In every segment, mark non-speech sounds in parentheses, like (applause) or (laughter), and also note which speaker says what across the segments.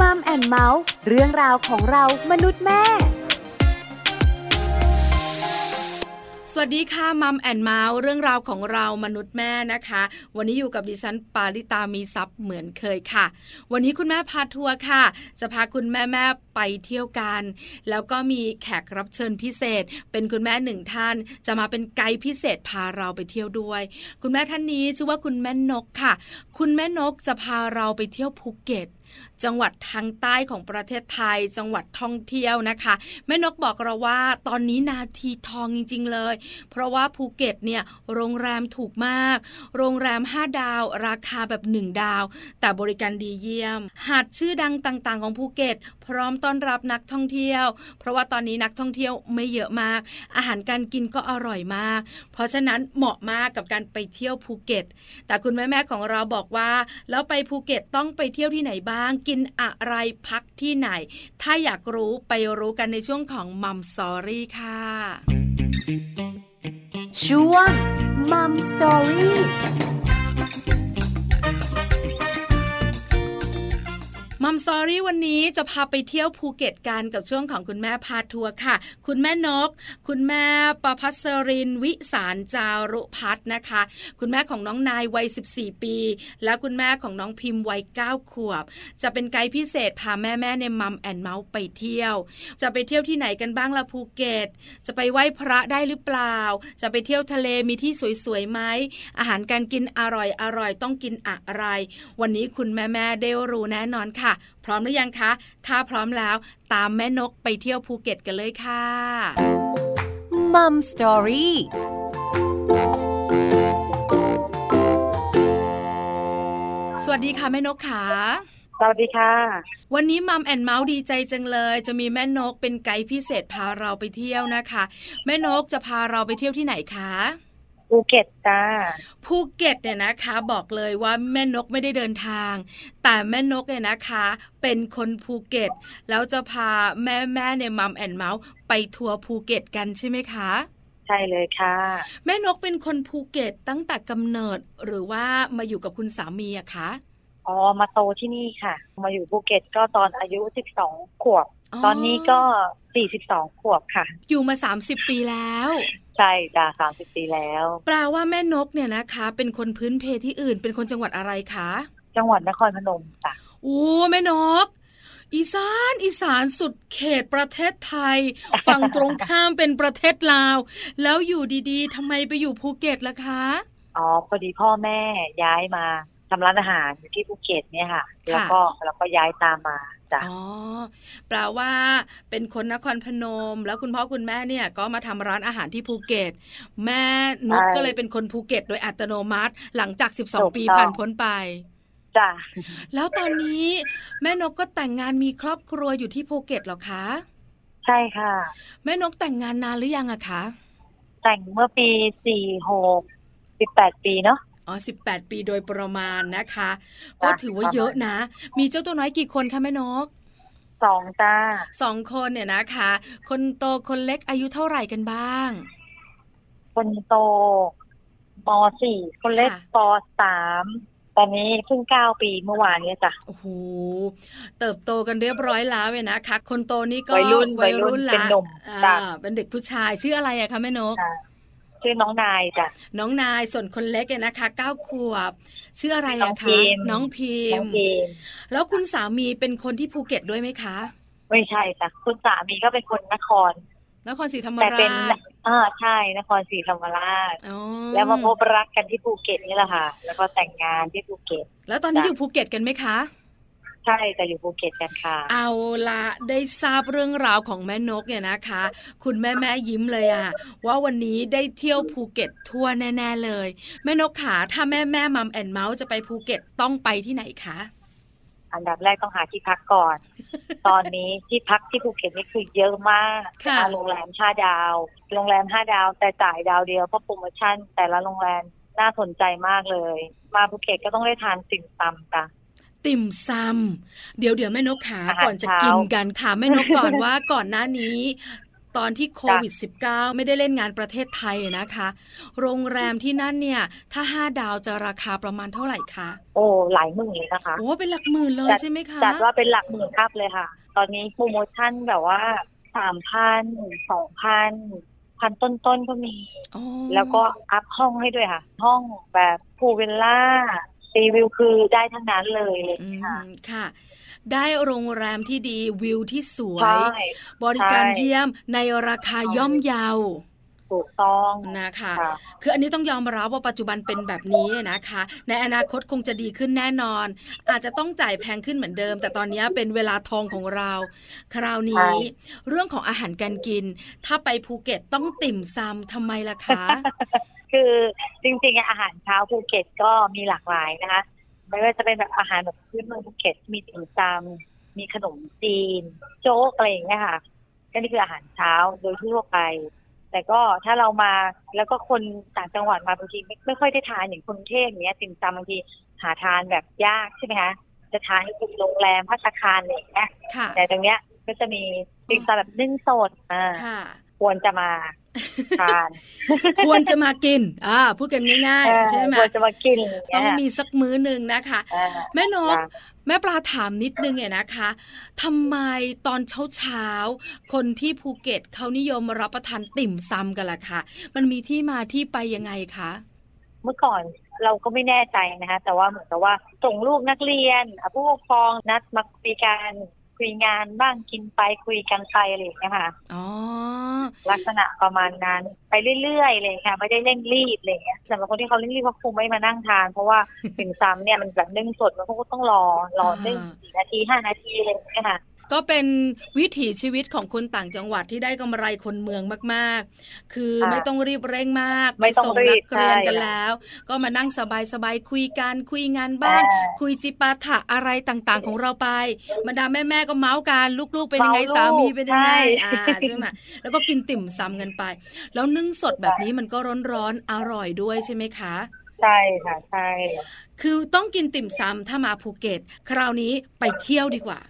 Speaker 1: มัมแอนเมาส์เรื่องราวของเรามนุษย์แม่
Speaker 2: สวัสดีค่ะมัมแอนเมาส์เรื่องราวของเรามนุษย์แม่นะคะ วันนี้อยู่กับดิฉันปาริตามีซัพ์เหมือนเคยค่ะ วันนี้คุณแม่พาทัวร์ค่ะ จะพาคุณแม่แม่ๆไปเที่ยวกัน แล้วก็มีแขกรับเชิญพิเศษ เป็นคุณแม่หนึ่งท่าน จะมาเป็นไกด์พิเศษพาเราไปเที่ยวด้วย คุณแม่ท่านนี้ชื่อว่าคุณแม่นกค่ะ คุณแม่นกจะพาเราไปเที่ยวภูเก็ต จังหวัดทางใต้ของประเทศไทย จังหวัดท่องเที่ยวนะคะ แม่นกบอกเราว่าตอนนี้นาทีทองจริง ๆ เลย เพราะว่าภูเก็ตเนี่ยโรงแรมถูกมาก โรงแรม 5 ดาว ราคาแบบ 1 ดาว แต่บริการดีเยี่ยม หาดชื่อดังต่างๆ ของภูเก็ต พร้อมต้อนรับนักท่องเที่ยว เพราะว่าตอนนี้นักท่องเที่ยวไม่เยอะมาก อาหารการกินก็อร่อยมาก เพราะฉะนั้นเหมาะมากกับการไปเที่ยวภูเก็ต แต่คุณแม่แม่ๆของเราบอกว่า แล้วไปภูเก็ตต้องไปเที่ยวที่ไหนบ้าง กินอะไรพักที่ไหน ถ้าอยากรู้ไปรู้กันในช่วงของมัมสอรี่ค่ะ
Speaker 1: ช่วงมัมสตอรี่
Speaker 2: มัมสอรี่วันนี้จะพาไปเที่ยวภูเก็ตกันกับช่วงของคุณแม่พาทัวร์ค่ะ คุณแม่นก คุณแม่ประพัสรินวิสารจารุพัฒน์นะคะ คุณแม่ของน้องนายวัย 14 ปี และคุณแม่ของน้องพิมพ์วัย 9 ขวบ จะเป็นไกด์พิเศษพาแม่แม่ๆในมัมแอนเมาส์ไปเที่ยว จะไปเที่ยวที่ไหนกันบ้างล่ะภูเก็ต จะไปไหว้พระได้หรือเปล่า จะไปเที่ยวทะเลมีที่สวยๆไหม อาหารการกินอร่อยอร่อยต้องกินอะไร วันนี้คุณแม่แม่ๆได้รู้แน่นอนค่ะ พร้อมหรือยังคะ ถ้าพร้อมแล้วตามแม่นกไปเที่ยวภูเก็ตกันเลยค่ะ
Speaker 1: มัมสตอรี่
Speaker 2: สวัสดีค่ะแม่นกค่ะ
Speaker 3: สวัสดีค่ะ
Speaker 2: วันนี้มัมแอนเมาส์ดีใจจังเลย จะมีแม่นกเป็นไกด์พิเศษพาเราไปเที่ยวนะคะ แม่นกจะพาเราไปเที่ยวที่ไหนคะ
Speaker 3: ภูเก็ตจ้า
Speaker 2: ภูเก็ตเนี่ยนะคะบอกเลยว่าแม่นกไม่ได้เดินทาง แต่แม่นกเนี่ยนะคะ เป็นคนภูเก็ต แล้วจะพาแม่แม่ๆในมัมแอนเมาส์ไปทัวร์ภูเก็ตกันใช่ไหมคะ
Speaker 3: ใช่เลยค่ะ
Speaker 2: แม่นกเป็นคนภูเก็ตตั้งแต่กำเนิดหรือว่ามาอยู่กับคุณสามีอะคะ
Speaker 3: อ๋อ มาโตที่นี่ค่ะ มาอยู่ภูเก็ตก็ตอนอายุ 12 ขวบ ตอนนี้ก็ 42 ขวบค่ะ
Speaker 2: อยู่มา 30 ปีแล้ว
Speaker 3: ใช่จ้า30 ปีแล้ว
Speaker 2: แปลว่าแม่นกเนี่ยนะคะ เป็นคนพื้นเพที่อื่น เป็นคนจังหวัดอะไรคะ
Speaker 3: จังหวัดนครพนมจ้ะ
Speaker 2: อู้แม่นก อีสานอีสานสุดเขตประเทศไทย ฝั่งตรงข้ามเป็นประเทศลาว แล้วอยู่ดีๆทำไมไปอยู่ภูเก็ตล่ะคะ
Speaker 3: อ๋อ พอดีพ่อแม่ย้ายมาทำร้านอาหารอยู่ที่ภูเก็ตเนี่ยค่ะ แล้วก็แล้วก็ย้ายตามมาจ้ะ
Speaker 2: อ๋อ แปลว่า เป็นคนนครพนม แล้วคุณพ่อคุณแม่เนี่ย ก็มาทำร้านอาหารที่ภูเก็ต แม่นกก็เลยเป็นคนภูเก็ต โดยอัตโนมัติ หลังจาก 12 ปีผ่านพ้นไป
Speaker 3: จ้ะ
Speaker 2: แล้วตอนนี้ แม่นกก็แต่งงานมีครอบครัวอยู่ที่ภูเก็ตเหรอคะ
Speaker 3: ใช่ค่ะ
Speaker 2: แม่นกแต่งงานนานหรือยังอะคะ
Speaker 3: แต่งเมื่อปี 46 18 ปีเนาะ
Speaker 2: อ๋อ18 ปีโดยประมาณนะคะ ก็ถือว่าเยอะนะ มีเจ้าตัวน้อยกี่คนคะแม่นก
Speaker 3: สองจ้า
Speaker 2: สองคนเนี่ยนะคะ คนโตคนเล็กอายุเท่าไหร่กันบ้าง
Speaker 3: คนโตมสี่คนเล็ก
Speaker 2: ค่ะ
Speaker 3: ปสามตอนนี้เพิ่งเก้าปีเมื่อวานเนี้ยจ้ะ
Speaker 2: โอ้โห เติบโตกันเรียบร้อยแล้วเนี่ยนะคะ คนโตนี่ก็
Speaker 3: วัยรุ่น
Speaker 2: วัยรุ่น
Speaker 3: วัยรุ่นเป็
Speaker 2: ละ
Speaker 3: นหนุ่ม
Speaker 2: อ่า
Speaker 3: จ้ะ
Speaker 2: เป็นเด็กผู้ชายชื่ออะไรอะคะแม่นก
Speaker 3: อ่าชื่อน้องนายจ้ะ
Speaker 2: น้องนายส่วนคนเล็กเนี่ยนะคะเก้าขวบ ชื่ออะไร
Speaker 3: น้
Speaker 2: อะ
Speaker 3: องพิ
Speaker 2: คะ
Speaker 3: มพ์
Speaker 2: น้องพิ
Speaker 3: น้
Speaker 2: ม
Speaker 3: อง
Speaker 2: พ์
Speaker 3: เกม
Speaker 2: แล้วคุณสามีเป็นคนที่ภูเก็ตด้วยไหมคะ
Speaker 3: ไม่ใช่จ้ะคุณสามีก็เป็นคนนคร
Speaker 2: นครศรีธรรม
Speaker 3: แต่
Speaker 2: รา
Speaker 3: เป็น
Speaker 2: ช
Speaker 3: อ่าใช่นครศรีธรรมราช
Speaker 2: อ๋อ
Speaker 3: แล้วมาพบรักกันที่ภูเก็ตนี่แหละค่ะ แล้วก็แต่งงานที่ภูเก็ต
Speaker 2: แล้วตอนนี้
Speaker 3: จ้ะ
Speaker 2: อยู่ภูเก็ตกันไหมคะ
Speaker 3: ใช่แต่อยู่ภูเก็ตกันค่ะ
Speaker 2: เอาละได้ทราบเรื่องราวของแม่นกเนี่ยนะคะ คุณแม่แม่ยิ้มเลยอะว่าวันนี้ได้เที่ยวภูเก็ตทั่วแน่ๆเลย แม่นกขาถ้าแม่แม่มัมแอนเมาส์จะไปภูเก็ตต้องไปที่ไหนคะ
Speaker 3: อันดับแรกต้องหาที่พัก
Speaker 2: (laughs)
Speaker 3: ก่อน ตอนนี้ที่พักที่ภูเก็ตนี่คือเยอะมาก
Speaker 2: ค่ะ
Speaker 3: อ่าโรงแรมห้าดาว โรงแรมห้าดาว แต่จ่ายดาวเดียวเพราะโปรโมชั่น แต่ละโรงแรมน่าสนใจมากเลย มาภูเก็ตก็ต้องได้ทานติ่มซำจ้ะ
Speaker 2: ติ่มซำเดี๋ยวเดี๋ยวแม่นกขา
Speaker 3: อาหาร
Speaker 2: ก่อนจะ
Speaker 3: เช้ากิ
Speaker 2: กินกันถามแม่นกก่อนว่าก่อนหน้านี้ ตอนที่โควิด -19 ไม่ได้เล่นงานประเทศไทยนะคะ โรงแรมที่นั่นเนี่ย ถ้า 5 ดาวจะราคาประมาณเท่าไหร่คะ
Speaker 3: โอ้หลายหมื่นเลยนะคะ
Speaker 2: โอ้เป็นหลักหมื่นเลยใช่ไหมคะ
Speaker 3: จัดว่าเป็นหลักหมื่นครับเลยค่ะ ตอนนี้โปรโมชั่นแบบว่าสามพันสองพันพันต้นต้นๆก็มี
Speaker 2: อ๋อ
Speaker 3: แล้วก็อัพห้องให้ด้วยค่ะ ห้องแบบพูวิลล่าซีวิวคือได้ทั้งนั้นเลยอะไรอย่าง
Speaker 2: อื
Speaker 3: เลย
Speaker 2: ม
Speaker 3: ค่ะ
Speaker 2: ค่ะ ได้โรงแรมที่ดีวิวที่สวย
Speaker 3: ใช่
Speaker 2: บริการ
Speaker 3: ใช่
Speaker 2: เยี่ยมในราคาย่อมเยาว
Speaker 3: ถูกต้อง
Speaker 2: นะคะ
Speaker 3: ค่ะ
Speaker 2: คืออันนี้ต้องยอมรับว่าปัจจุบันเป็นแบบนี้นะคะ ในอนาคตคงจะดีขึ้นแน่นอน อาจจะต้องจ่ายแพงขึ้นเหมือนเดิม แต่ตอนนี้เป็นเวลาทองของเรา คราวนี้
Speaker 3: ใช่
Speaker 2: เรื่องของอาหารการกิน ถ้าไปภูเก็ตต้องติ่มซำทำไมล่ะคะ
Speaker 3: คือจริงๆ อาหารเช้าภูเก็ตก็มีหลากหลายนะคะ ไม่ว่าจะเป็นแบบอาหารแบบพื้นเมืองภูเก็ตมีติ่มซำมีขนมจีน โจ๊กอะไรอย่างเงี้ยค่ะก็นี่คืออาหารเช้าโดยทั่วไป แต่ก็ถ้าเรามาแล้วก็คนต่างจังหวัดมาบางทีไม่ไม่ค่อยได้ทานอย่างกรุงเทพเนี้ยติ่มซำบางทีหาทานแบบยากใช่ไหมคะจะทานให้คุณโรงแรมพัตตาคารอะไรอย่างเงี้ย
Speaker 2: ค่ะ
Speaker 3: แต่ตรงเนี้ยก็จะมีติ่มซำแบบนึ่งสดอ่า
Speaker 2: ค่ะ
Speaker 3: ควรจะมาทาน
Speaker 2: ควรจะมากินอ่าพูดกันง่าย
Speaker 3: เออ
Speaker 2: ๆ ใช่ไหม
Speaker 3: ควรจะมากินย่าเย
Speaker 2: ต้องมีสักมื้อหนึ่งนะคะ
Speaker 3: เออ
Speaker 2: แม่นก
Speaker 3: จ้ะ
Speaker 2: แม่ปลาถามนิดนึงเนี่ยนะคะทำไมตอนเช้าเช้าๆคนที่ภูเก็ตเขานิยมรับประทานติ่มซำกันล่ะคะมันมีที่มาที่ไปยังไงคะ
Speaker 3: เมื่อก่อนเราก็ไม่แน่ใจนะคะแต่ว่าเหมือนกับว่าส่งลูกนักเรียนอ่ะผู้ปกครองนัดมาคุยกันคุยงานบ้างกินไปคุยกันไปอะไรอย่างเงี้ยค่ะ
Speaker 2: อ๋อ
Speaker 3: ลักษณะประมาณนั้นไปเรื่อยๆอะไรอย่างเลยค่ะไม่ได้เร่งรีบอะไรอย่างเงี้ยสำหรับคนที่เขาเร่งรีบเขาคงไม่มานั่งทาน เพราะว่า ถึงซ้ำเนี่ยมันแบบนึ่งสดมันก็ต้องรอรอนึ่งสี่นาทีห้านาทีอะไรอย่างเลยค่ะ
Speaker 2: ก็เป็นวิถีชีวิตของคนต่างจังหวัดที่ได้กำไรคนเมืองมากๆ คือ
Speaker 3: ค่ะ
Speaker 2: ไม่ต้องรีบเร่งมาก
Speaker 3: ไม่ต้อง
Speaker 2: ส่ง
Speaker 3: รี
Speaker 2: นั
Speaker 3: บ
Speaker 2: กเรียน
Speaker 3: ใช่
Speaker 2: กันแล้ว ก็มานั่งสบายๆคุยกันคุยงานบ้าน
Speaker 3: เออ
Speaker 2: คุยจิปาถะอะไรต่างๆ ของเราไปบรรดาแม่ๆก็เมาส์กันลูกๆเป็นยังไง
Speaker 3: เมาส์
Speaker 2: สามีเป็นยังไง
Speaker 3: ใช่
Speaker 2: อ่าใช่ไหมแล้วก็กินติ่มซำกันไป แล้วนึ่งสดแบบนี้มันก็ร้อนๆอร่อยด้วยใช่ไหมคะ
Speaker 3: ใช่ค่ะใช่
Speaker 2: คือต้องกินติ่มซำถ้ามาภูเก็ต คราวนี้ไปเที่ยวดีกว่า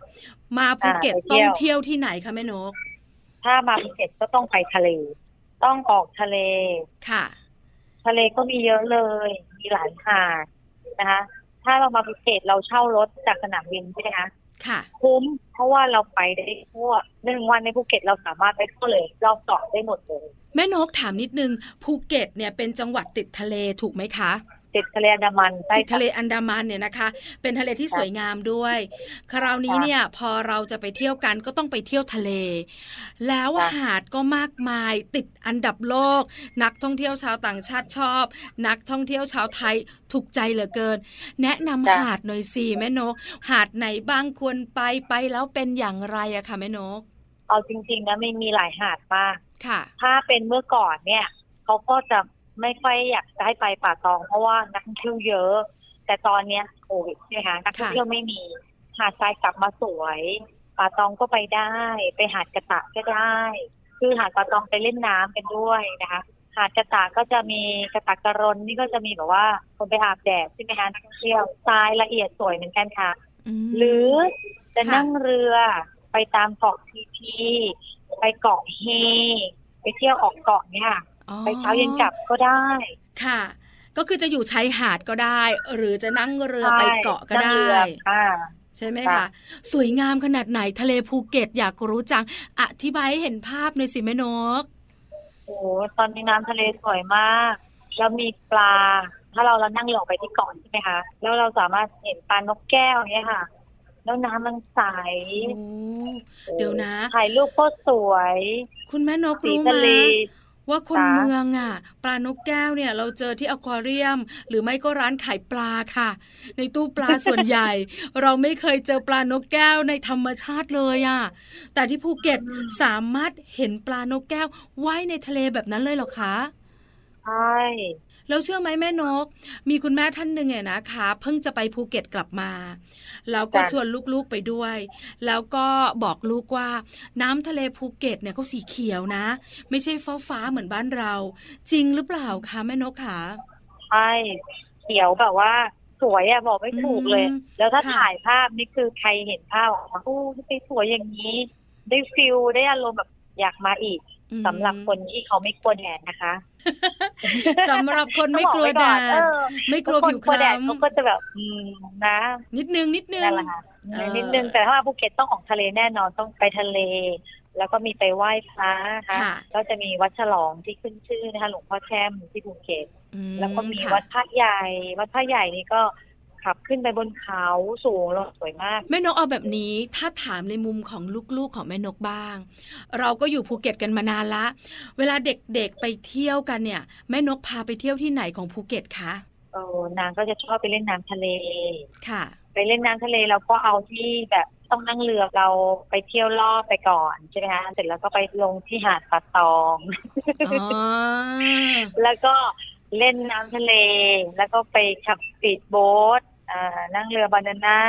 Speaker 2: มาภูเก็ต
Speaker 3: อ่าไปเที่
Speaker 2: ต้อง
Speaker 3: ยว
Speaker 2: เที่ยวที่ไหนคะแม่นก
Speaker 3: ถ้ามาภูเก็ตก็ต้องไปทะเล ต้องออกทะเล
Speaker 2: ค่ะ
Speaker 3: ทะเลก็มีเยอะเลย มีหลายหาดนะคะ ถ้าเรามาภูเก็ตเราเช่ารถจากสนามบินใช่ไหมคะ
Speaker 2: ค่ะ
Speaker 3: คุ้ม เพราะว่าเราไปได้ทั่วหนึ่งวันในภูเก็ตเราสามารถไปทั่วเลยรอบเกาะได้หมดเลย
Speaker 2: แม่นกถามนิดนึงภูเก็ตเนี่ยเป็นจังหวัดติดทะเลถูกไหมคะ
Speaker 3: ติดทะเลอันดามันใช่
Speaker 2: ติด
Speaker 3: ค่
Speaker 2: ทะเลอันดามันเนี่ยนะคะ เป็นทะเลที่สวยงามด้วย คราวนี้
Speaker 3: ค่ะ
Speaker 2: เนี่ยพอเราจะไปเที่ยวกันก็ต้องไปเที่ยวทะเล แล้ว
Speaker 3: ค่ะ
Speaker 2: หาดก็มากมายติดอันดับโลก นักท่องเที่ยวชาวต่างชาติชอบ นักท่องเที่ยวชาวไทยถูกใจเหลือเกิน แนะนำ
Speaker 3: จ้ะ
Speaker 2: หาดหน่อยสิแม่นก หาดไหนบ้างควรไปไปแล้วเป็นอย่างไรอะคะแม่นก
Speaker 3: เอาจริงๆนะไม่มีหลายหาดมาก
Speaker 2: ค่ะ
Speaker 3: ถ้าเป็นเมื่อก่อนเนี่ยเขาก็จะไม่ค่อยอยากจะให้ไปป่าตองเพราะว่านักท่องเที่ยวเยอะ แต่ตอนเนี้ยโควิดใช่ไหมคะนักท่องเที่ยวไม่มีหาดทรายกลับมาสวยป่าตองก็ไปได้ ไปหาดกระตะก็ได้ คือหาดป่าตองไปเล่นน้ำกันด้วยนะคะ หาดกระตะก็จะมีกระตะกระรนนี่ก็จะมีแบบว่าคนไปอาบแดดใช่ไหมคะนักท่องเที่ยวทรายละเอียดสวยเหมือนกันค่ะ
Speaker 2: อืม
Speaker 3: หรือจะ
Speaker 2: ค่ะ
Speaker 3: นั่งเรือไปตามเกาะพีพีไปเกาะเฮไปเที่ยวออกเกาะเนี่ยไปเช้าเย็นกลับก็ได้
Speaker 2: ค่ะ ก็คือจะอยู่ชายหาดก็ได้ หรือจะนั่งเรือ
Speaker 3: ใช่
Speaker 2: ไปเกาะก็
Speaker 3: นั่ง
Speaker 2: ได้
Speaker 3: เรืออ่า
Speaker 2: ใช่ไหม
Speaker 3: ค่ะ
Speaker 2: คะสวยงามขนาดไหนทะเลภูเก็ตอยากรู้จัง อธิบายให้เห็นภาพหน่อยสิแม่นก
Speaker 3: โอ้โหตอนนี้น้ำทะเลสวยมากแล้วมีปลา ถ้าเราเรานั่งเรือออกไปที่เกาะใช่ไหมคะ แล้วเราสามารถเห็นปลานกแก้วเนี่ยค่ะ แล้วน้ำมันใส
Speaker 2: โอ้เดี๋ยวนะ
Speaker 3: ถ่ายรูปโคตรสวย
Speaker 2: คุณแม่นก
Speaker 3: สี
Speaker 2: รู้ไหม
Speaker 3: ทะเล
Speaker 2: ว่าคน
Speaker 3: จ๊ะ
Speaker 2: เมืองอ่ะ ปลานกแก้วเนี่ย เราเจอที่อควาเรียม หรือไม่ก็ร้านขายปลาค่ะ ในตู้ปลาส่วนใหญ่ (laughs) เราไม่เคยเจอปลานกแก้วในธรรมชาติเลยอ่ะ แต่ที่ภูเก็ตสามารถเห็นปลานกแก้วว่ายในทะเลแบบนั้นเลยเหรอคะ
Speaker 3: ใช่
Speaker 2: แล้วเชื่อไหมแม่นก มีคุณแม่ท่านหนึ่งเนี่ยนะคะ เพิ่งจะไปภูเก็ตกลับมาแล้วก็ชวนลูกๆไปด้วย แล้วก็บอกลูกว่าน้ำทะเลภูเก็ตเนี่ยเขาสีเขียวนะ ไม่ใช่ฟ้าฟ้าๆเหมือนบ้านเรา จริงหรือเปล่าคะแม่นกคะ
Speaker 3: ใช่เขียวแบบว่า สวยอะบอกไม่ถูกเลย
Speaker 2: อืม
Speaker 3: แล้วถ้า
Speaker 2: ค่ะ
Speaker 3: ถ่ายภาพนี่คือใครเห็นภาพออกมาโอ้ไปสวยอย่างนี้ ได้ฟิลได้อารมณ์แบบอยากมาอีก
Speaker 2: อืม
Speaker 3: สำหรับคนที่เขาไม่กลัวแดดนะคะ
Speaker 2: สำหรับคนไม่กลัว
Speaker 3: ต้
Speaker 2: แด
Speaker 3: องบ
Speaker 2: ด
Speaker 3: อกไก่อนเออ
Speaker 2: ไม่กลัว
Speaker 3: คน
Speaker 2: ผิว
Speaker 3: ก
Speaker 2: ค
Speaker 3: ลัวแด
Speaker 2: ล้
Speaker 3: ดเขาก็จะแบบอืมนะ
Speaker 2: ำนิดนึงนิดนึง
Speaker 3: นั่นแหละค่ะ
Speaker 2: เออ
Speaker 3: นิดนึงแต่ถ้าว่าภูเก็ตต้องของทะเลแน่นอนต้องไปทะเล แล้วก็มีไปไหว้พระนะคะ
Speaker 2: ค่ะ
Speaker 3: ก็จะมีวัดฉลองที่ขึ้นชื่อนะคะหลวงพ่อแช่มที่ภูเก็ต
Speaker 2: อื
Speaker 3: แล้วก็มี
Speaker 2: ค่ะ
Speaker 3: วัดพระใหญ่ วัดพระใหญ่นี่ก็ขับขึ้นไปบนเขาสูงแล้วสวยมาก
Speaker 2: แม่นกเอาแบบนี้ถ้าถามในมุมของลูกๆของแม่นกบ้าง เราก็อยู่ภูเก็ตกันมานานละ เวลาเด็กๆไปเที่ยวกันเนี่ย แม่นกพาไปเที่ยวที่ไหนของภูเก็ตคะ
Speaker 3: เออนางก็จะชอบไปเล่นน้ำทะเล
Speaker 2: ค่ะ
Speaker 3: ไปเล่นน้ำทะเลเราก็เอาที่แบบต้องนั่งเรือเราไปเที่ยวรอบไปก่อนใช่ไหมคะเสร็จแล้วก็ไปลงที่หาดป่าตอง (laughs)
Speaker 2: อ๋อ
Speaker 3: แล้วก็เล่นน้ำทะเล แล้วก็ไปขับสปีดโบ๊ทอ่านั่งเรือบานาน่า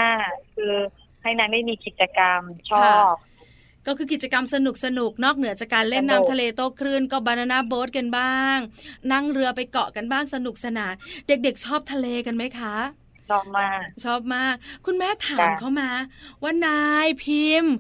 Speaker 3: คือให้นางได้มีกิจกรรมชอบ
Speaker 2: ก็คือกิจกรรมสนุกสนุกๆนอกเหนือจากการเล่น
Speaker 3: สนุก
Speaker 2: น้ำทะเลโต้คลื่นก็บานาน่าโบ๊ทกันบ้าง นั่งเรือไปเกาะกันบ้างสนุกสนาน เด็กๆ ชอบทะเลกันไหมคะ
Speaker 3: ชอบมาก
Speaker 2: ชอบมาก คุณแม่ถาม
Speaker 3: จ้ะ
Speaker 2: เขามา ว่านายพิมพ์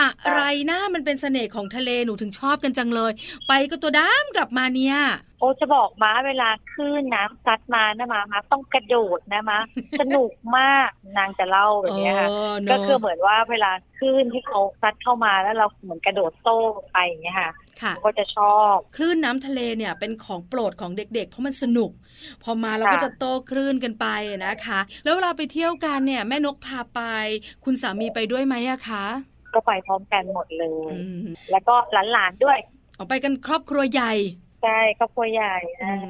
Speaker 2: อะไรนะมันเป็นเสน่ห์ของทะเลหนูถึงชอบกันจังเลย ไปก็ตัวดำกลับมาเนี่ย
Speaker 3: โอ้จะบอกม้าเวลาคลื่นน้ำซัดมานะม้าม้าต้องกระโดดนะม้า สนุกมากนางจะเล่าแบบเนี้ยค่ะ
Speaker 2: เออเนอะ
Speaker 3: ก็คือเหมือนว่าเวลาคลื่นที่เขาซัดเข้ามาแล้วเราเหมือนกระโดดโต้ไปอย่างเงี้ยค่ะ
Speaker 2: ค่ะ
Speaker 3: ก็จะชอบ
Speaker 2: คลื่นน้ำทะเลเนี่ยเป็นของโปรดของเด็กๆ เพราะมันสนุก พอมาเราก็
Speaker 3: ค่ะ
Speaker 2: จะโตคลื่นกันไปนะคะ แล้วเวลาไปเที่ยวกันเนี่ย แม่นกพาไป คุณสามีไปด้วยไหมอะคะ
Speaker 3: ก็ไปพร้อมกันหมดเลย
Speaker 2: อืม
Speaker 3: แล้วก็หลานๆด้วย
Speaker 2: ออกไปกันครอบครัวใหญ่
Speaker 3: ใช่ครอบครัวใหญ่
Speaker 2: อื
Speaker 3: นะ
Speaker 2: ม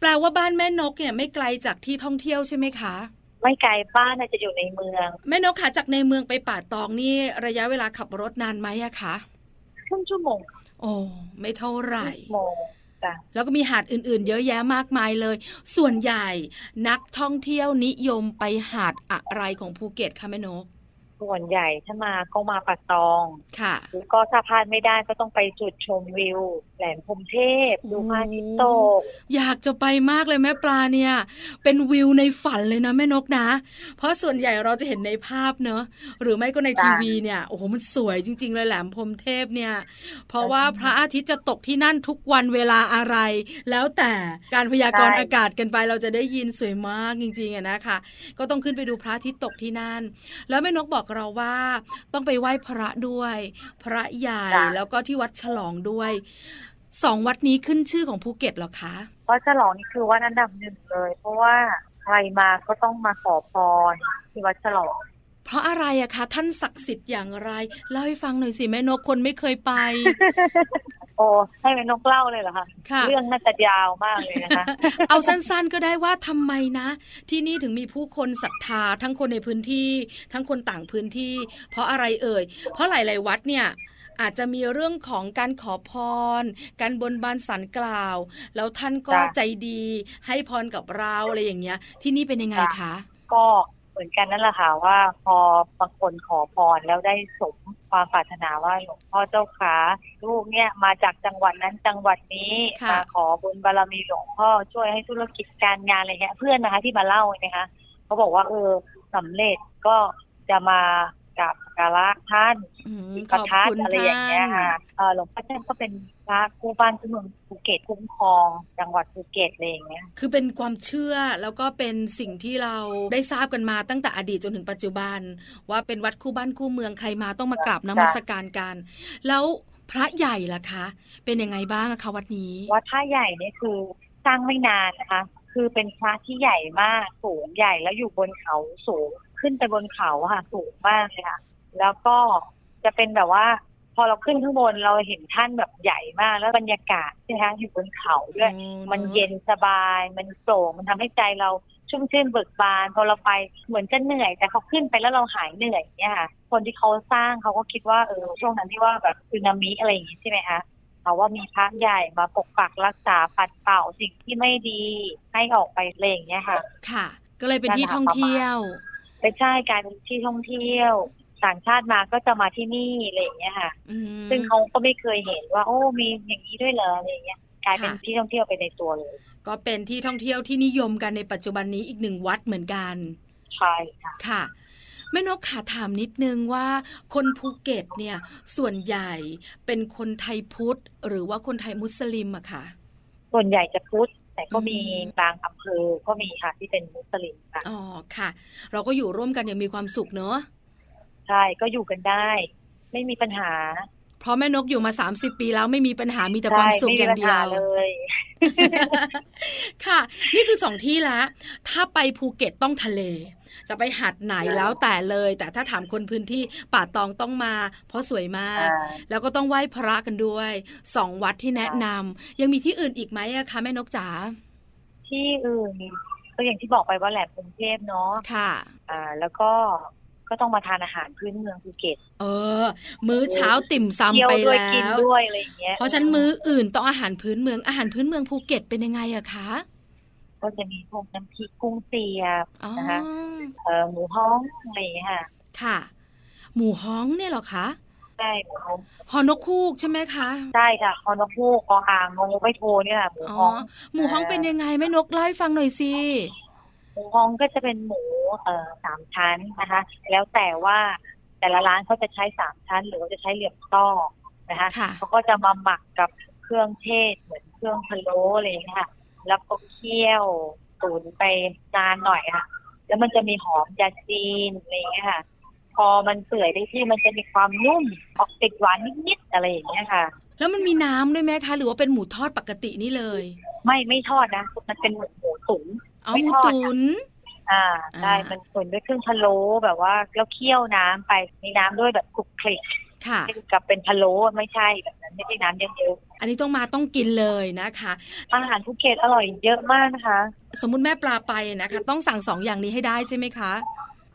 Speaker 2: แปลว่าบ้านแม่นกเนี่ยไม่ไกลจากที่ท่องเที่ยวใช่ไหมคะ
Speaker 3: ไม่ไกลบ้านน่ะจะอยู่ในเมือง
Speaker 2: แม่นกขาจากในเมืองไปป่าตองนี่ระยะเวลาขับรถนานไหมอะคะ
Speaker 3: ครึ่งชั่วโมง
Speaker 2: โอ้ไม่เท่าไหร่
Speaker 3: ชั่วโมงจ้ะ
Speaker 2: แล้วก็มีหาดอื่นๆ เยอะแยะมากมายเลย ส่วนใหญ่นักท่องเที่ยวนิยมไปหาดอะไรของภูเก็ตคะแม่นก
Speaker 3: ส่วนใหญ่ถ้ามาก็มาปักตอง
Speaker 2: ค่ะ
Speaker 3: แล้วก็ถ้าพลาดไม่ได้ก็ต้องไปจุดชมวิว แหลมพรหมเทพ ดูพระอาทิตย์ตก
Speaker 2: อยากจะไปมากเลยแม่ปลาเนี่ย เป็นวิวในฝันเลยนะแม่นกนะ เพราะส่วนใหญ่เราจะเห็นในภาพเนอะหรือไม่ก็ใน
Speaker 3: จ้ะ
Speaker 2: ทีวีเนี่ยโอ้โหมันสวยจริง ๆ เลยแหลมพรหมเทพเนี่ย เพราะว่า
Speaker 3: อืม
Speaker 2: พระอาทิตย์จะตกที่นั่นทุกวันเวลาอะไร แล้วแต่การพยากรณ์
Speaker 3: ใช่
Speaker 2: อากาศกันไปเราจะได้ยินสวยมากจริงๆอะนะคะ ก็ต้องขึ้นไปดูพระอาทิตย์ตกที่นั่น แล้วแม่นกบอกเราว่า ต้องไปไหว้พระด้วย พระใหญ่
Speaker 3: จ้ะ
Speaker 2: แล้วก็ที่วัดฉลองด้วยสองวัดนี้ขึ้นชื่อของภูเก็ตเหรอคะ
Speaker 3: วัดฉลองนี่คือวัดอันดับหนึ่งเลย เพราะว่าใครมาก็ต้องมาขอพรที่วัดฉลอง
Speaker 2: เพราะอะไรอะคะท่านศักดิ์สิทธิ์อย่างไรเล่าให้ฟังหน่อยสิแม่นกคนไม่เคย
Speaker 3: (laughs)
Speaker 2: ไป
Speaker 3: โอ้ให้เป็นนกเล่าเลยเหรอคะ
Speaker 2: ค่ะ
Speaker 3: เรื่องน่าจะยาวมากเลย
Speaker 2: (laughs)
Speaker 3: นะคะ
Speaker 2: เอาสั้นๆก็ได้ว่าทำไมนะ ที่นี่ถึงมีผู้คนศรัทธาทั้งคนในพื้นที่ ทั้งคนต่างพื้นที่ เพราะอะไรเอ่ย เพราะหลายๆวัดเนี่ย อาจจะมีเรื่องของการขอพร การบนบานสารกล่าว แล้วท่านก็
Speaker 3: จ้ะ
Speaker 2: ใจดีให้พรกับเราอะไรอย่างเงี้ย ที่นี่เป็นยังไงคะ
Speaker 3: ก็เหมือนกันนั่นแหละค่ะว่าพอบางคนขอพรแล้วได้สมความปรารถนาว่าหลวงพ่อเจ้าขาลูกเนี่ยมาจากจังหวัดนั้นจังหวัดนี้มาขอบุญบารมีหลวงพ่อช่วยให้ธุรกิจการงานอะไรเงี้ยเพื่อนนะคะที่มาเล่านะคะเขาบอกว่าเออสำเร็จก็จะมากับสักการะท่าน
Speaker 2: อืม
Speaker 3: ที่
Speaker 2: ข
Speaker 3: ประ
Speaker 2: อบ
Speaker 3: ทัด
Speaker 2: คุณ
Speaker 3: อะไรอ
Speaker 2: ท่า
Speaker 3: ย่างเงี้ย
Speaker 2: น
Speaker 3: ค่ะเอ่อหลวงพ่อท่านก็เป็นพระคู่บ้านคู่เมืองภูเก็ตคุ้มครองจังหวัดภูเก็ตอะไรอย่างเงี้ย
Speaker 2: คือเป็นความเชื่อแล้วก็เป็นสิ่งที่เราได้ทราบกันมาตั้งแต่อดีตจนถึงปัจจุบัน ว่าเป็นวัดคู่บ้านคู่เมืองใครมาต้องมากราบนมัสการกัน แล้วพระใหญ่ล่ะคะ เป็นยังไงบ้างอะคะวัดนี้
Speaker 3: วัดท่าใหญ่เนี่ยคือสร้างไม่นานนะคะ คือเป็นพระที่ใหญ่มากสูงใหญ่แล้วอยู่บนเขาสูงขึ้นไปบนเขาอะค่ะสูงมากเลยค่ะ แล้วก็จะเป็นแบบว่า พอเราขึ้นข้างบนเราเห็นท่านแบบใหญ่มาก แล้วบรรยากาศนะคะอยู่บนเขาด้วย
Speaker 2: อื
Speaker 3: มันเย็นสบาย มันโปร่งมันทำให้ใจเราชุ่มชื่นเบิกบานพอเราไปเหมือนจะเหนื่อย แต่เขาขึ้นไปแล้วเราหายเหนื่อยเนี่ยค่ะ คนที่เขาสร้างเขาก็คิดว่าเออช่วงนั้นที่ว่าแบบสึนามิอะไรอย่างงี้ใช่ไหมคะเขาว่ามีพระใหญ่มาปกปักรักษาปัดเป่าสิ่งที่ไม่ดีให้ออกไปอะไรอย่างเงี้ยค่ะ
Speaker 2: ค่ะ ก็เลยเป็นที่ท่องเที่ยว
Speaker 3: ไปใช่กลายเป็นที่ท่องเที่ยว ต่างชาติมาก็จะมาที่นี่อะไรอย่างเงี้ยค่ะ
Speaker 2: อืม
Speaker 3: ซึ่งเขาก็ไม่เคยเห็นว่า โอ้มีอย่างนี้ด้วยเหรออะไรอย่างเงี้ยกลายเป็น
Speaker 2: ค่ะ
Speaker 3: ที่ท่องเที่ยวไปในตัวเลย
Speaker 2: ก็เป็นที่ท่องเที่ยวที่นิยมกันในปัจจุบันนี้อีกหนึ่งวัดเหมือนกัน
Speaker 3: ใช่ค่ะ
Speaker 2: ค่ะ แม่นกขาถามนิดนึงว่า คนภูเก็ตเนี่ยส่วนใหญ่เป็นคนไทยพุทธหรือว่าคนไทยมุสลิมอะค่ะ
Speaker 3: ส่วนใหญ่จะพุทธแต่ก็มี
Speaker 2: อืม
Speaker 3: บางอำเภอก็มีค่ะที่เป็นมุสลิมค่ะ
Speaker 2: อ๋อค่ะ เราก็อยู่ร่วมกันอย่างมีความสุขเนอะ
Speaker 3: ใช่ก็อยู่กันได้ ไม่มีปัญหา
Speaker 2: เพราะแม่นกอยู่มา 30 ปีแล้วไม่มีปัญหามีแต่ความ
Speaker 3: ใช่
Speaker 2: สุข
Speaker 3: ไม่
Speaker 2: อ
Speaker 3: มี
Speaker 2: ย่าง
Speaker 3: ปัญ
Speaker 2: เดีย
Speaker 3: หาว เลย
Speaker 2: (laughs) ค่ะ นี่คือสองที่ละถ้าไปภูเก็ตต้องทะเล จะไปหาดไหน
Speaker 3: ใช่
Speaker 2: แล้วแต่เลย แต่ถ้าถามคนพื้นที่ป่าตองต้องมา เพราะสวยมาก
Speaker 3: อ่า
Speaker 2: แล้วก็ต้องไหว้พระกันด้วยสองวัดที่แนะนำยังมีที่อื่นอีกไหมอะคะแม่นกจ๋า
Speaker 3: ที่อื่นก็อย่างที่บอกไปว่าแหลมกรุงเทพเนาะ
Speaker 2: ค่ะ
Speaker 3: อ่า แล้วก็ก็ต้องมาทานอาหารพื้นเมืองภูเก็ต
Speaker 2: เออ มื้อเช้าติ่ม
Speaker 3: เที่ย
Speaker 2: ซำ
Speaker 3: ว
Speaker 2: ไป
Speaker 3: ด้วย
Speaker 2: แล้
Speaker 3: กิน
Speaker 2: ว
Speaker 3: ด้วยอะไรอย่างเงี้ย
Speaker 2: เพราะฉะนันมื้ออื่นต้องอาหารพื้นเมืองอาหารพื้นเมืองภูเก็ตเป็นยังไงอะคะ
Speaker 3: ก็จะมีพวกน้ำพริกกุ้งเสียบ
Speaker 2: อ๋อ
Speaker 3: นะคะ เอ่อหมูฮ้องอะไรอย่างเงี้ยค่ะ
Speaker 2: ค่ะ หมูฮ้องเนี่ยเหรอคะ
Speaker 3: ใช่หมูฮ้อง
Speaker 2: ฮอนกคูกใช่ไหมคะ
Speaker 3: ใช่ค่ะคอนกฮูกคออ่างงงไปโทเนี่ยค่ะหมู
Speaker 2: อ๋อ
Speaker 3: ฮ้อง
Speaker 2: หมูฮ้อง
Speaker 3: อ่า
Speaker 2: เป็นยังไงแม่นกเล่าให้ฟังหน่อยสิ
Speaker 3: หมูฮ้องก็จะเป็นหมูเอ่อสามชั้นนะคะ แล้วแต่ว่าแต่ละร้านเขาจะใช้สามชั้น หรือว่าจะใช้เหลี่ยมต้อนะคะ
Speaker 2: ค่ะ
Speaker 3: เขาก็จะมาหมักกับเครื่องเทศเหมือนเครื่องพะโล้อะไรอย่างเลยค่ะ แล้วก็เคี่ยวตุ๋นไปนานหน่อยค่ะ แล้วมันจะมีหอมยาจีนอะไรอย่างเงี้ยค่ะ พอมันเปื่อยได้ที่มันจะมีความนุ่มออกติดหวานนิดๆอะไรอย่างเงี้ยค่ะ
Speaker 2: แล้วมันมีน้ำด้วยไหมคะ หรือว่าเป็นหมูทอดปกตินี่เลย
Speaker 3: ไม่ไม่ทอดนะมันเป็นหมูหมูตุ๋น
Speaker 2: เอา
Speaker 3: ไม่
Speaker 2: หมู
Speaker 3: ทอด
Speaker 2: ตุ๋น
Speaker 3: อ่าใช่
Speaker 2: อ่ามั
Speaker 3: มันตุ๋นด้วยเครื่องพะโล้แบบว่าแล้วเคี่ยวน้ำไปมีน้ำด้วยแบบคลุกคลิก
Speaker 2: ค่ะ
Speaker 3: ไม่ถึงกับเป็นพะโล้ไม่ใช่แบบนั้นไม่ใช่น้ำเยอะ
Speaker 2: อันนี้ต้องมาต้องกินเลยนะคะ
Speaker 3: ๆอาหารภูเก็ตอร่อยเยอะมากนะคะ
Speaker 2: สมมุติแม่ปลาไปนะคะ ต้องสั่งสองอย่างนี้ให้ได้ใช่ไหมคะ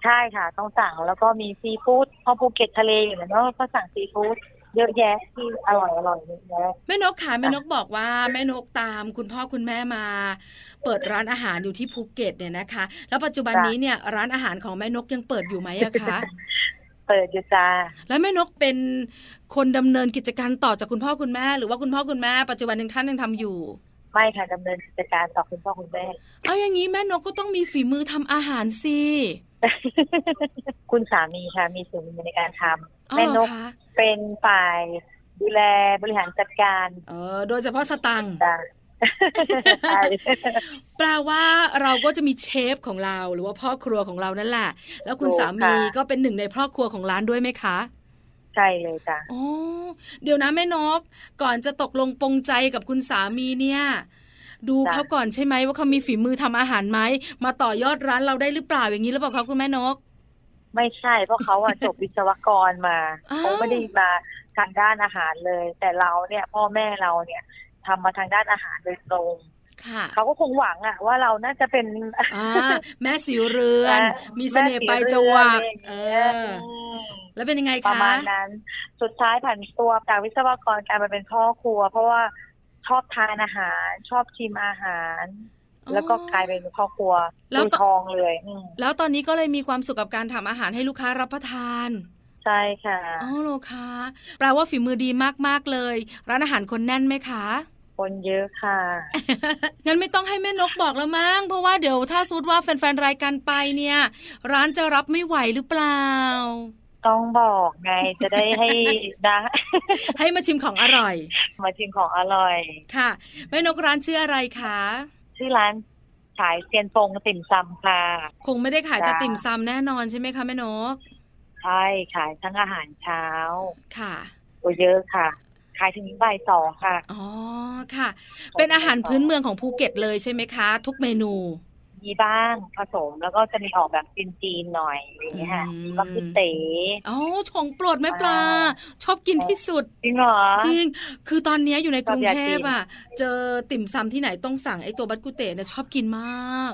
Speaker 3: ใช่ค่ะ ต้องสั่งแล้วก็มีซีฟู้ดเพอภูเก็ตทะเลอยู่แล้วเนอะก็สั่งซีฟู้ดเยอะแยะที่อร่อยอร่อยเยอะแยะ
Speaker 2: แม่นกค่ะแม่นกบอกว่าแม่นกตาม คุณพ่อคุณแม่มา เปิดร้านอาหารอยู่ที่ภูเก็ตเนี่ยนะคะ แล้วปัจจุบัน
Speaker 3: จ้ะ
Speaker 2: นี้เนี่ยร้านอาหารของแม่นกยังเปิดอยู่ไหมอะ (laughs) คะ
Speaker 3: เปิดอยู่จ้า
Speaker 2: แล้วแม่นกเป็นคนดำเนินกิจการต่อจากคุณพ่อคุณแม่ หรือว่าคุณพ่อคุณแม่ปัจจุบันยังท่านยังทำอยู่
Speaker 3: ไม่ค่ะดำเนินกิจการต่อคุณพ่อคุณแม่
Speaker 2: เอาอย่างนี้แม่นกก็ต้องมีฝีมือทำอาหารสิ
Speaker 3: คุณสามีค่ะ มีส่วนมีในการทำ
Speaker 2: เอา
Speaker 3: แม่
Speaker 2: เหร
Speaker 3: น
Speaker 2: อก คะ
Speaker 3: เป็นฝ่ายดูแลบริหารจัดการ
Speaker 2: เออโดยเฉพาะสตังค์
Speaker 3: (laughs) จ้า ใช่
Speaker 2: แปลว่าเราก็จะมีเชฟของเรา หรือว่าพ่อครัวของเรานั่นแหละ แล้วคุณสามีก็เป็นหนึ่งในพ่อครัวของร้านด้วยไหมคะ
Speaker 3: ใช่เลยจ้า
Speaker 2: อ๋อเดี๋ยวนะแม่นก ก่อนจะตกลงปรงใจกับคุณสามีเนี่ย ดูเขาก่อนใช่ไหมว่าเขามีฝีมือทำอาหารไหมมาต่อยอดร้านเราได้หรือเปล่าอย่างนี้หรือเปล่าคะคุณแม่นก
Speaker 3: ไม่ใช่เพราะเขาอะจบวิศวกรมา
Speaker 2: อ้าว
Speaker 3: เขาไม่ได้มาทางด้านอาหารเลย แต่เราเนี่ย พ่อแม่เราเนี่ยทำมาทางด้านอาหารโดยตรง
Speaker 2: ค่ะ
Speaker 3: เขาก็คงหวังอะว่าเราน่าจะเป็น
Speaker 2: อ่าแม่สิวเรื
Speaker 3: (laughs)
Speaker 2: อน มีเสน่ห์ไปลายจวักเออ แล้วเป็นยังไงคะ
Speaker 3: ประมาณนั้น สุดท้ายผ่านตัวจากวิศวกรกลายมาเป็นพ่อครัว เพราะว่าชอบทานอาหาร ชอบชิมอาหาร
Speaker 2: อ๋อ
Speaker 3: แล้วก็กลายเป็นพ่อครัว
Speaker 2: แล้ว
Speaker 3: มือ
Speaker 2: ก็
Speaker 3: ทองเลยอืม
Speaker 2: แล้วตอนนี้ก็เลยมีความสุขกับการทำอาหารให้ลูกค้ารับประทาน
Speaker 3: ใช่ค่ะ
Speaker 2: อ๋อโลคะแปลว่าฝีมือดีมากๆเลย ร้านอาหารคนแน่นไหมคะ
Speaker 3: คนเยอะค่ะ
Speaker 2: งั้นไม่ต้องให้แม่นกบอกแล้วมั้งเพราะว่าเดี๋ยวถ้าสมมุดว่าแฟนๆรายการไปเนี่ย ร้านจะรับไม่ไหวหรือเปล่า
Speaker 3: ต้องบอกไงจะได้ให้ นะ
Speaker 2: ให้มาชิมของอร่อย
Speaker 3: มาชิมของอร่อย
Speaker 2: ค่ะแม่นกร้านชื่ออะไรคะ
Speaker 3: ชื่อร้านขายเซียนฟงติ่มซำค่ะ
Speaker 2: คงไม่ได้ขายแต่
Speaker 3: จ้า
Speaker 2: ติ่มซำแน่นอนใช่ไหมคะแม่นก
Speaker 3: ใช่ขายทั้งอาหารเช้า
Speaker 2: ค่ะ
Speaker 3: โอ้เยอะค่ะ ขายถึงบ่ายสองค่ะ
Speaker 2: อ๋อค่ะ เป็นอาหารพื้นเมืองของภูเก็ตเลยใช่ไหมคะ ทุกเมนู
Speaker 3: มีบ้างผสมแล้วก็จะมีออกแบบจีนๆหน่อยอะไรอย่างเงี้ยค่ะ
Speaker 2: อืม
Speaker 3: บักกุเต๋
Speaker 2: อ๋อของโปรดแม่ปลา ชอบกินที่สุด
Speaker 3: จริงเหรอ
Speaker 2: จริง คือตอนเนี้ยอยู่ในกรุงเทพ
Speaker 3: ชอบอยากกิน
Speaker 2: อ่ะ เจอติ่มซำที่ไหนต้องสั่งไอ้ตัวบัตกุเตะเนี่ยชอบกินมาก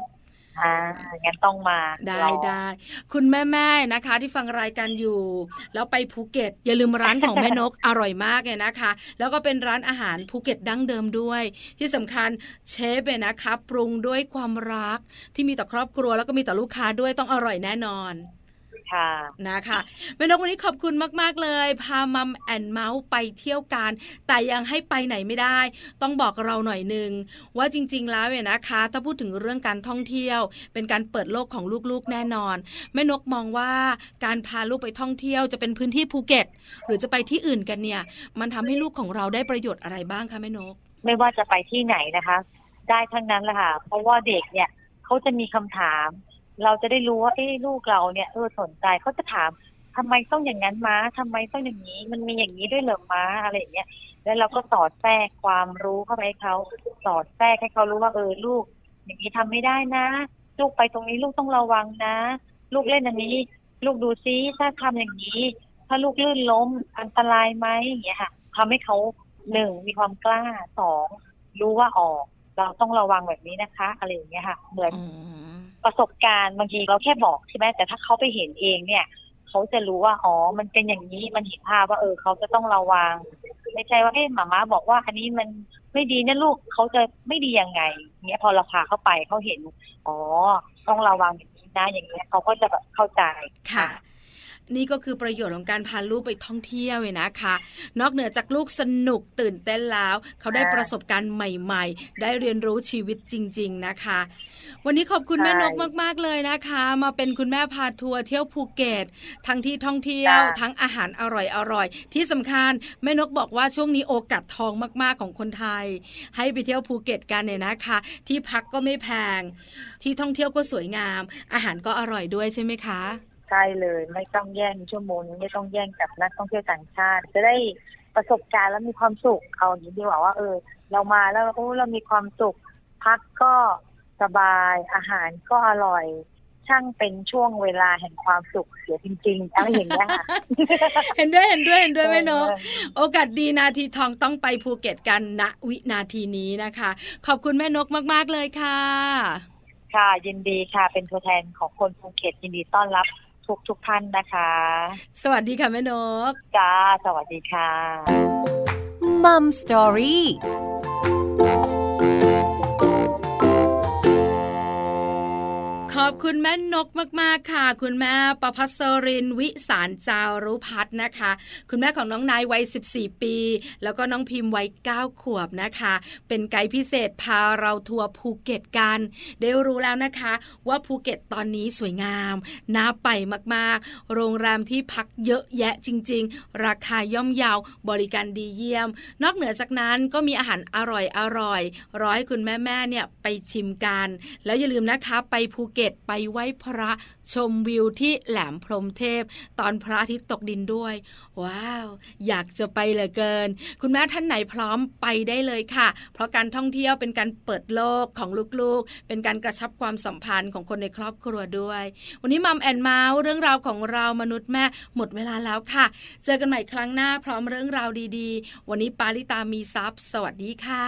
Speaker 3: อ่างั้นต้องมา
Speaker 2: ได้
Speaker 3: ลอง
Speaker 2: ได้คุณแม่ๆนะคะ ที่ฟังรายการอยู่ แล้วไปภูเก็ต อย่าลืมร้านของแม่นก อร่อยมากเลยนะคะ แล้วก็เป็นร้านอาหารภูเก็ตดั้งเดิมด้วย ที่สำคัญเชฟเนี่ยนะคะปรุงด้วยความรักที่มีต่อครอบครัวแล้วก็มีต่อลูกค้าด้วยต้องอร่อยแน่นอน
Speaker 3: ค่ะ
Speaker 2: นะคะแม่นกวันนี้ขอบคุณมาก ๆ เลย พามัมแอนเมาส์ไปเที่ยวกัน แต่ยังให้ไปไหนไม่ได้ ต้องบอกเราหน่อยหนึง ว่าจริง ๆ แล้วเนี่ยนะคะ ถ้าพูดถึงเรื่องการท่องเที่ยว เป็นการเปิดโลกของลูก ๆ แน่นอน แม่นกมองว่าการพาลูกไปท่องเที่ยวจะเป็นพื้นที่ภูเก็ต หรือจะไปที่อื่นกันเนี่ย มันทำให้ลูกของเราได้ประโยชน์อะไรบ้างคะแม่นก
Speaker 3: ไม่ว่าจะไปที่ไหนนะคะ ได้ทั้งนั้นแหละค่ะ เพราะว่าเด็กเนี่ยเขาจะมีคำถาม เราจะได้รู้ว่าเอ้ลูกเราเนี่ยเออสนใจเขาจะถามทำไมต้องอย่างนั้นม้าทำไมต้องอย่างนี้ มันมีอย่างนี้ด้วยเหรอม้าอะไรอย่างเงี้ยแล้วเราก็สอดแทรกความรู้เข้าไปให้เขาสอดแทรกให้เขารู้ว่าเออลูก อย่างนี้ทำไม่ได้นะ ลูกไปตรงนี้ลูกต้องระวังนะ ลูกเล่นอันนี้ ลูกดูซิถ้าทำอย่างนี้ ถ้าลูกลื่นล้มอันตรายไหมอย่างเงี้ยค่ะทำให้เขาหนึ่งมีความกล้าสองรู้ว่าออกเราต้องระวังแบบนี้นะคะ อะไรอย่างเงี้ยค่ะ เหมือน ประสบการณ์บางทีเราแค่บอกใช่ไหมแต่ถ้าเขาไปเห็นเองเนี่ย เขาจะรู้ว่าอ๋อมันเป็นอย่างนี้มันเห็นภาพว่าเออเขาจะต้องระวัง ไม่ใช่ว่าเอ๊ะหมาม้าบอกว่าอันนี้มันไม่ดีนะลูกเขาจะไม่ดียังไงเนี่ยพอเราพาเขาไปเขาเห็นอ๋อต้องระวังอย่างนี้นะอย่างเงี้ยเขาก็จะแบบเข้าใจ
Speaker 2: ค่ะ นี่ก็คือประโยชน์ของการพาลูกไปท่องเที่ยวเนี่ยนะคะ นอกเหนือจากลูกสนุกตื่นเต้นแล้ว เขาได้
Speaker 3: ใช่
Speaker 2: ประสบการณ์ใหม่ ๆ ได้เรียนรู้ชีวิตจริง ๆนะคะ วันนี้ขอบคุณ
Speaker 3: ใช่
Speaker 2: แม่นกมากๆเลยนะคะ มาเป็นคุณแม่พาทัวร์เที่ยวภูเก็ตทั้งที่ท่องเที่ยว
Speaker 3: จ้ะ
Speaker 2: ทั้งอาหารอร่อยๆที่สำคัญแม่นกบอกว่าช่วงนี้โอกาสทองมากๆของคนไทย ให้ไปเที่ยวภูเก็ตกันเนี่ยนะคะ ที่พักก็ไม่แพง ที่ท่องเที่ยวก็สวยงาม อาหารก็อร่อยด้วยใช่ไหมคะ
Speaker 3: ใช่เลย ไม่ต้องแย่งชั่วโมงนี้ไม่ต้องแย่งกับนักท่องเที่ยวต่างชาติ จะได้ประสบการณ์แล้วมีความสุขเอาอย่างนี้ดีกว่าว่าเออ เรามาแล้วโอ้เรามีความสุข พักก็สบายอาหารก็อร่อย ช่างเป็นช่วงเวลาแห่งความสุขเสียจริงๆอะไรอย่างเงี้ย
Speaker 2: (laughs)
Speaker 3: ค่ะ
Speaker 2: เห็นด้วยเห็นด้วยเห็นด้วยแม่นก
Speaker 3: เออ
Speaker 2: โอกาสดีนาทีทองต้องไปภูเก็ตกันณวินาทีนี้นะคะ ขอบคุณแม่นกมาก ๆ เลยค่ะ
Speaker 3: ค่ะ ยินดีค่ะ เป็นตัวแทนของคนภูเก็ตยินดีต้อนรับทุกทุกๆท่านนะคะ
Speaker 2: สวัสดีค่ะแม่นก
Speaker 3: จ้าสวัสดีค่ะ
Speaker 1: มัมสตอรี่
Speaker 2: ขอบคุณแม่นกมาก ๆ ค่ะ คุณแม่ประพัสรินวิสารจารุพัฒน์นะคะ คุณแม่ของน้องนายวัย 14 ปี แล้วก็น้องพิมพ์วัย 9 ขวบนะคะ เป็นไกด์พิเศษพาเราทัวร์ภูเก็ตกัน ได้รู้แล้วนะคะ ว่าภูเก็ตตอนนี้สวยงามน่าไปมาก ๆ โรงแรมที่พักเยอะแยะจริง ๆ ราคาย่อมเยาวบริการดีเยี่ยม นอกเหนือจากนั้นก็มีอาหารอร่อยอร่อยๆรอให้คุณแม่ๆเนี่ยไปชิมกัน แล้วอย่าลืมนะคะ ไปภูเก็ตไปไหว้พระชมวิวที่แหลมพรหมเทพ ตอนพระอาทิตย์ตกดินด้วย ว้าว อยากจะไปเหลือเกิน คุณแม่ท่านไหนพร้อมไปได้เลยค่ะ เพราะการท่องเที่ยวเป็นการเปิดโลกของลูกๆ เป็นการกระชับความสัมพันธ์ของคนในครอบครัวด้วย วันนี้มัมแอนเมาส์เรื่องราวของเรามนุษย์แม่หมดเวลาแล้วค่ะ เจอกันใหม่ครั้งหน้าพร้อมเรื่องราวดีๆ วันนี้ปาริตามีซัพย์ สวัสดีค่ะ